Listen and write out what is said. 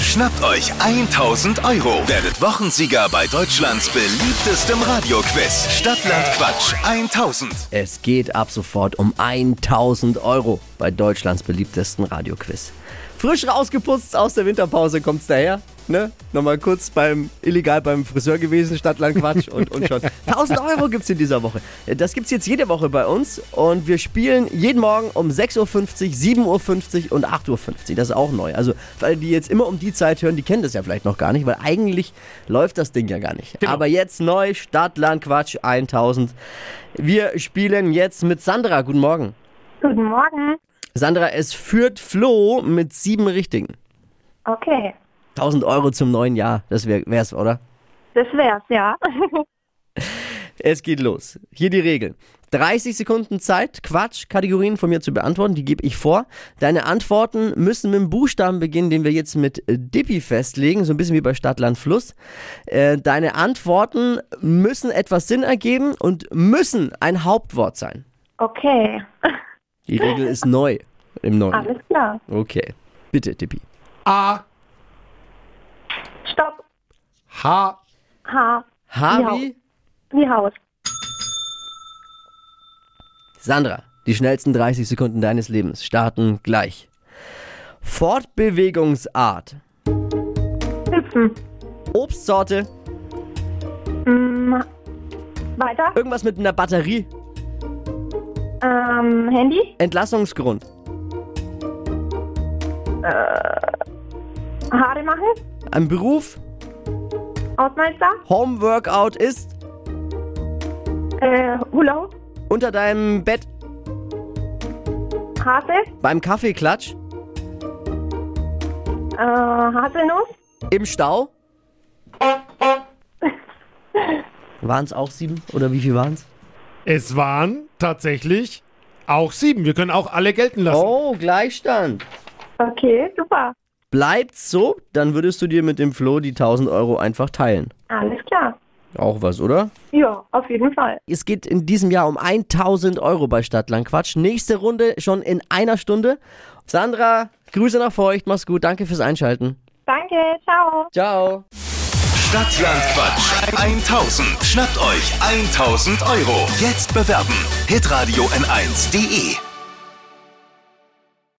Schnappt euch 1000 Euro. Werdet Wochensieger bei Deutschlands beliebtestem Radioquiz. Stadtland Quatsch 1000. Es geht ab sofort um 1000 Euro bei Deutschlands beliebtesten Radioquiz. Frisch rausgeputzt aus der Winterpause kommt's daher. Ne? Nochmal kurz beim illegal beim Friseur gewesen, Stadtland Quatsch und, und schon. 1000 Euro gibt's in dieser Woche. Das gibt's jetzt jede Woche bei uns und wir spielen jeden Morgen um 6.50 Uhr, 7.50 Uhr und 8.50 Uhr. Das ist auch neu. Also, für alle, die jetzt immer um die Zeit hören, die kennen das ja vielleicht noch gar nicht, weil eigentlich läuft das Ding ja gar nicht. Aber jetzt neu, Stadtland Quatsch 1000. Wir spielen jetzt mit Sandra. Guten Morgen. Guten Morgen. Sandra, es führt Flo mit sieben Richtigen. Okay, 1000 Euro zum neuen Jahr, das wär, wär's, oder? das wär's, ja. Es geht los. Hier die Regeln. 30 Sekunden Zeit, Quatsch, Kategorien von mir zu beantworten, die gebe ich vor. Deine Antworten müssen mit dem Buchstaben beginnen, den wir jetzt mit äh, Dippi festlegen, so ein bisschen wie bei Stadt, Land, Fluss. Äh, Deine Antworten müssen etwas Sinn ergeben und müssen ein Hauptwort sein. Okay, Die Regel ist neu im Neuen. alles klar. Okay, bitte Dippi. A, Stopp. H, H. Harvey, Wie Haus. Sandra, die schnellsten 30 Sekunden deines Lebens starten gleich. Fortbewegungsart, Hüpfen. Obstsorte, Hm, Weiter. irgendwas mit einer Batterie, Ähm, Handy. Entlassungsgrund, Haare machen. ein Beruf, Hausmeister. Homeworkout ist Äh, Hula Hoop. unter deinem Bett, Hase. beim Kaffeeklatsch, Äh, Haselnuss. im Stau. Waren es auch sieben oder wie viel waren es? es waren tatsächlich auch sieben. Wir können auch alle gelten lassen. Oh, Gleichstand. Okay, super. Bleibt's so, dann würdest du dir mit dem Flo die 1000 Euro einfach teilen. Alles klar. Auch was, oder? Ja, auf jeden Fall. Es geht in diesem Jahr um 1000 Euro bei Stadtland Quatsch. Nächste Runde schon in einer Stunde. Sandra, Grüße nach Feucht. Mach's gut. Danke fürs Einschalten. Danke, ciao. Ciao. Stadtland Quatsch 1000. Schnappt euch 1000 Euro. Jetzt bewerben. Hitradio N1.de.